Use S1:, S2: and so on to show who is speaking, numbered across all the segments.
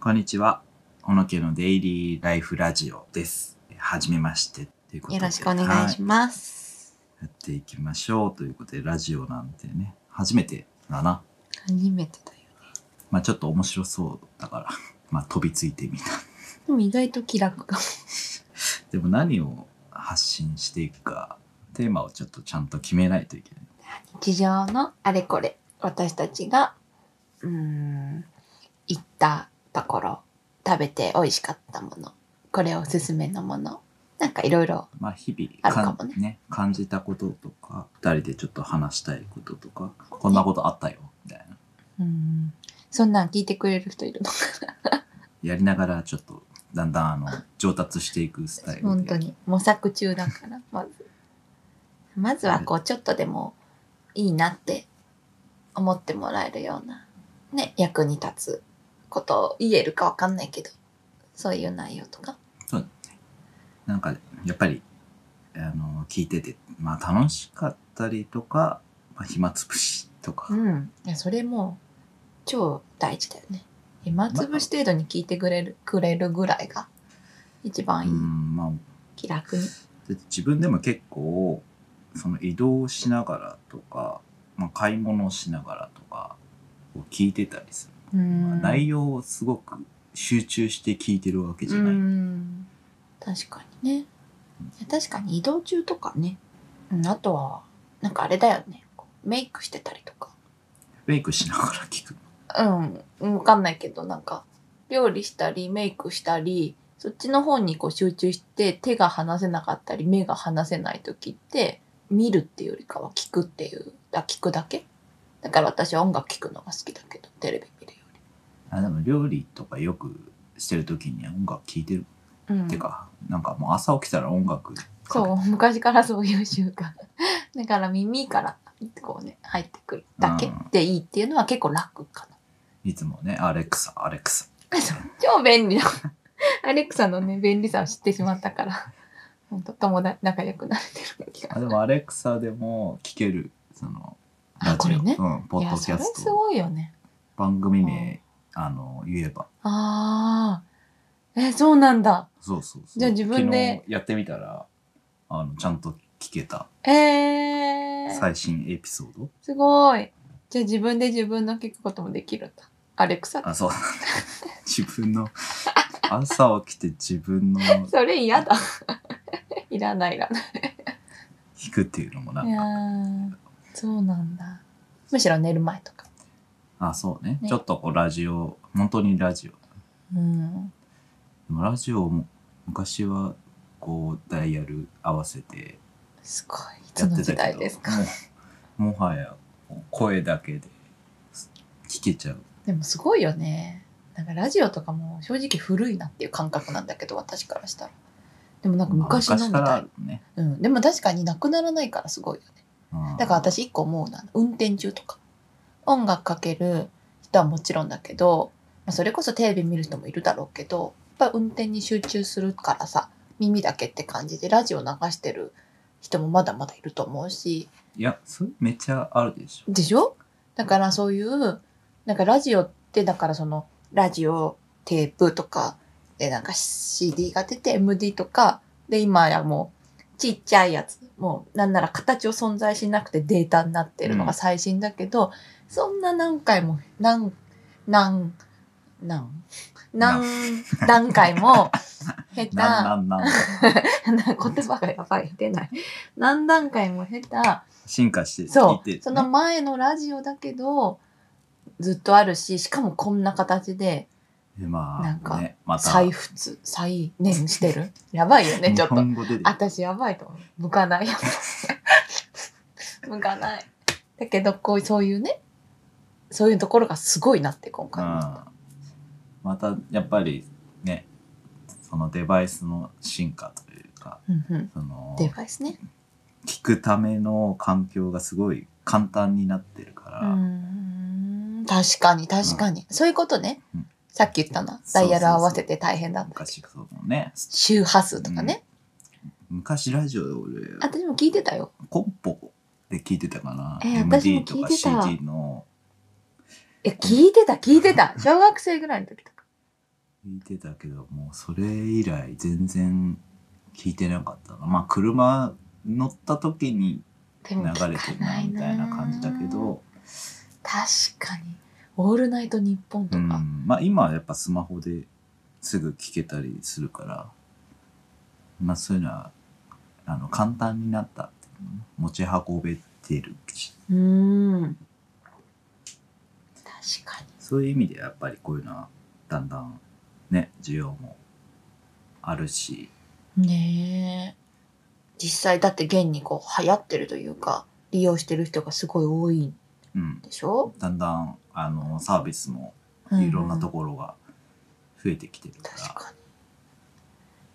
S1: こんにちは。小野家のデイリーライフラジオです。えはじめまして。ということで
S2: よろしくお願いし
S1: は
S2: ます。
S1: いやっていきましょうということで、ラジオなんてね、初めてだな。
S2: 初めてだよ。
S1: まあちょっと面白そうだから、 まあ飛びついてみた。
S2: でも意外と気楽かも。
S1: でも何を発信していくか、テーマをちょっとちゃんと決めないといけない。
S2: 日常のあれこれ、私たちが、うーん、行ったところ、食べて美味しかったもの、これおすすめのもの、なんかいろいろ、
S1: まあ日
S2: あ
S1: 々
S2: るかもね
S1: 感じたこととか、二人でちょっと話したいこととか、こんなことあったよ、みたいな。
S2: うーん、そんなん聞いてくれる人いるの
S1: やりながらちょっと、だんだんあの上達していくスタイルで。
S2: 本当に。模索中だ から、まず。まずはこう、ちょっとでもいいなって思ってもらえるような、ね、役に立つことを言えるかわかんないけど、そういう内容とか。
S1: なんかやっぱりあの聞いてて、まあ、楽しかったりとか、まあ、暇つぶしとか、
S2: うん。いや、それも、超大事だよね。暇つぶし程度に聞いてくれる、くれるぐらいが、一番いい。
S1: うんまあ、
S2: 気楽に。
S1: で自分でも結構その移動しながらとか、まあ、買い物をしながらとかを聞いてたりす
S2: う
S1: る、まあ
S2: ん。
S1: 内容をすごく集中して聞いてるわけじゃ
S2: う
S1: ない、
S2: ん確かにねいや確かに移動中とかね、うん、あとはなんかあれだよねこうメイクしてたりとか
S1: メイクしながら聞く
S2: うんわかんないけどなんか料理したりメイクしたりそっちの方にこう集中して手が離せなかったり目が離せない時って見るっていうよりかは聞くっていうだ聞くだけだから私は音楽聞くのが好きだけどテレビ見るよ
S1: あでも料理とかよくしてる時に音楽聞いてる、
S2: り、うん、
S1: ってかなんかもう朝起きたら音楽かけて
S2: そう、昔からそういう習慣。 だから耳から、こうね、入ってくるだけでいいっていうのは結構楽か
S1: いつもねアレクサアレクサ
S2: な。そう超便利だ。 アレクサのね、便利さを知ってしまったから、本当友達、仲良くなれてる気が
S1: あでもアレクサでも聞けるその
S2: あこれね
S1: うん、ポッ
S2: いや、
S1: ド
S2: そ
S1: キ
S2: れ
S1: ャ
S2: す
S1: スト
S2: ごいよね。
S1: 番組名あの言えば
S2: ああ。え、そうなんだ。
S1: そうそうそう
S2: じゃあ自分で
S1: 昨日やってみたらあのちゃんと聞けた
S2: えー、
S1: 最新エピソード、
S2: すごい。じゃあ自分で自分の聞くこともできるんだ。アレクサ。
S1: あそう 自分の朝起きて自分の
S2: それ嫌だ。 いらないいらない
S1: 聞くっていうのもない
S2: や
S1: んか
S2: ーそうなんだむしろ寝る前とか
S1: あそうね
S2: ね
S1: ちょっとこうラジオ本当にラジオで
S2: うん
S1: もラジオも昔はこうダイヤル合わせて
S2: すごいい
S1: や
S2: つ
S1: っ
S2: の
S1: て
S2: 時
S1: たけ
S2: 代
S1: ど
S2: ですか
S1: もうもはや声だけで聞けちゃう
S2: でもすごいよねなんかラジオとかも正直古いなっていう感覚なんだけど私からしたらでもなんか昔のみ
S1: まあ昔
S2: た
S1: から
S2: い、
S1: ね、
S2: うん、でも確かになくならないからすごいよね
S1: うん
S2: だから私一個思うな運転中とか音楽かける人はもちろんだけど、まあ、それこそテレビ見る人もいるだろうけどやっぱ運転に集中するからさ耳だけって感じでラジオ流してる人もまだまだいると思うし
S1: いやそれめっちゃあるでしょ
S2: でしょだからそういうなんかラジオってだからそのラジオテープとかでなんか CD が出て MD とかで今やもうちっちゃいやつもうなんなら形を存在しなくてデータになってるのが最新だけど、そんな何回も何何何
S1: な
S2: 何何回も下手
S1: なんなんなん
S2: 言葉がやばい出ない何段階も下手
S1: 進化して聞
S2: そ、
S1: いうて、ね、
S2: その前のラジオだけどずっとあるししかもこんな形で
S1: でまあ
S2: なんか
S1: ね、また
S2: 再仏再燃してるやばいよねちょっ
S1: 日
S2: と
S1: 本語でで
S2: 私やばいと思う向かないよ向かないだけどこうそういうねそういうところがすごいなって今
S1: う
S2: 回
S1: ん
S2: 思った
S1: またやっぱりねそのデバイスの進化というか
S2: うんうん
S1: その
S2: デバイスね
S1: 聞くための環境がすごい簡単になってるか
S2: う
S1: ら、
S2: ーん確かに確かに、そういうことね、
S1: うん
S2: さっき言ったな
S1: そうそう
S2: ダ
S1: そう
S2: イヤル合わせて大変だった
S1: 昔そのね
S2: 周波数とかね、
S1: 昔ラジオで俺
S2: あ私も聞いてたよ
S1: コンポで聞いてたかな、
S2: えー私も
S1: MD と
S2: 聞い
S1: か
S2: てた
S1: CD の
S2: え、聞いてた、聞いてた。小学生ぐらいの時とか。
S1: 聞いてたけど、もうそれ以来全然聞いてなかったな。まあ車乗った時に
S2: で
S1: 流
S2: も
S1: れて
S2: 聞
S1: る
S2: かな
S1: ないみ
S2: な
S1: たいな感じだけど、
S2: 確かに「オールナイトニッポン」と
S1: う
S2: か、
S1: ん、まあ今はやっぱスマホですぐ聞けたりするから、まあそういうのは、あの、簡単になったっていうのね持ち運べてるし。
S2: うーん確かに
S1: そういう意味でやっぱりこういうのはだんだんね、需要もあるし、
S2: ねえ実際だって現にこう流行ってるというか利用してる人がすごい多いん
S1: うん。
S2: でしょ
S1: だんだん、あの、サービスもいろんなところが増えてきてる
S2: うん
S1: か
S2: 確
S1: ら。
S2: か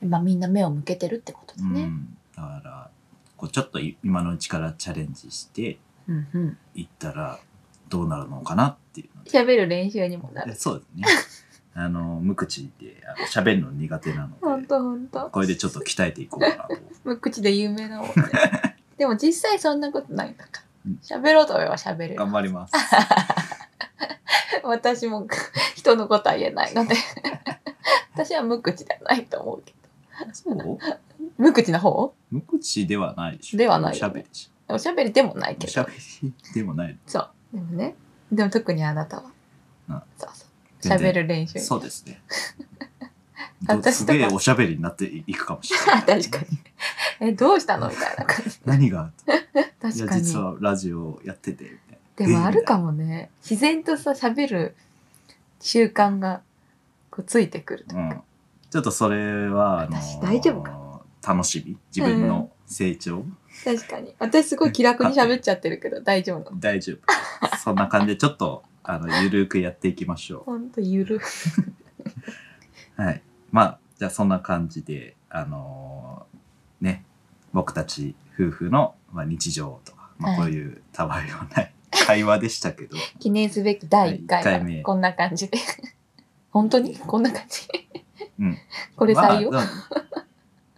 S2: にまあみんな目を向けてるってことだ
S1: う
S2: ね
S1: ん、だから、こうちょっとい今のうちからチャレンジして
S2: うんうん
S1: いったらどうなるのかなっていうので
S2: 喋、る練習にもな る
S1: でそうですね。あの、無口であの喋るの苦手な
S2: ほ
S1: の
S2: ん
S1: で、
S2: とほんと
S1: これでちょっと鍛えていこうかなと。
S2: 無口で有名な女 でも実際そんなことないんだか
S1: うん
S2: ら喋ろうと思えば喋れる
S1: 頑張り ます。
S2: 私も 人のことは言えない ので私は無口ではないと思うけ
S1: そう
S2: ど無口な方
S1: 無口ではないでしょ。
S2: ではない
S1: おしゃ
S2: よ
S1: べ
S2: ね
S1: りでしょ。
S2: おしゃべりでもないけ
S1: おしゃ
S2: ど
S1: べりでもない。
S2: そうでもねでも特にあなたは、
S1: うん
S2: そうそう
S1: 全然
S2: 喋る練習
S1: そうですね。
S2: 私
S1: す
S2: とか
S1: げえおしゃべりになっていくかもしれ ない。
S2: 確かにえどうしたのみた いな感じ
S1: 何がい
S2: 確
S1: や
S2: かに
S1: 実はラジオやっててみたい
S2: でもあるかもね自然とさ喋る習慣がこうついてくると
S1: な、うん、ちょっとそれはあのー
S2: 私大丈夫
S1: 楽しみ自分の成長、
S2: 確かに私すごい気楽に喋っちゃってるけ ど大丈夫なの
S1: 大丈夫そんな感じでちょっとあのゆるくやっていきましょ
S2: ほんとゆる
S1: うはいまあじゃあそんな感じであのーね僕たち夫婦の、まあ、日常とか、まあ、こういうたわいのない会話でしたけど、
S2: 記念すべき第1回
S1: はい一
S2: は
S1: 回目
S2: こんな感じで 本当にこんな感じ
S1: うん
S2: これ採用、
S1: まあ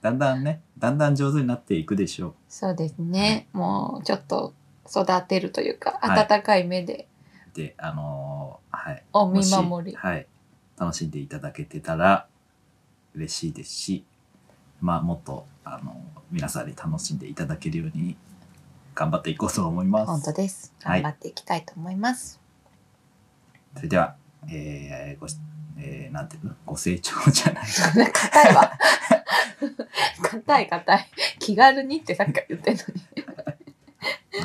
S1: だんだんねだんだん上手になっていくでしょう
S2: そうですねもうちょっと育てるというか
S1: はい
S2: 温かい目で
S1: であのーはい
S2: お
S1: も
S2: 見
S1: し
S2: 守り、
S1: はい、楽しんでいただけてたら嬉しいですし、まあ、もっとあの皆さんに楽しんでいただけるように頑張っていこうと思いま
S2: 本当
S1: す。
S2: です
S1: は
S2: 頑
S1: い
S2: 張っていきたいと思います、
S1: それでは、えーごしえーなんていうのご成長じゃない
S2: そんな硬いわ 硬い硬い気軽にってさっきから言ってんの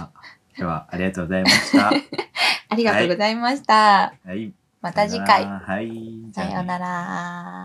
S2: に
S1: ではありがとうございま した。
S2: ありがとうございました、
S1: はい、
S2: また次回
S1: はい、
S2: さよう
S1: ら。
S2: なら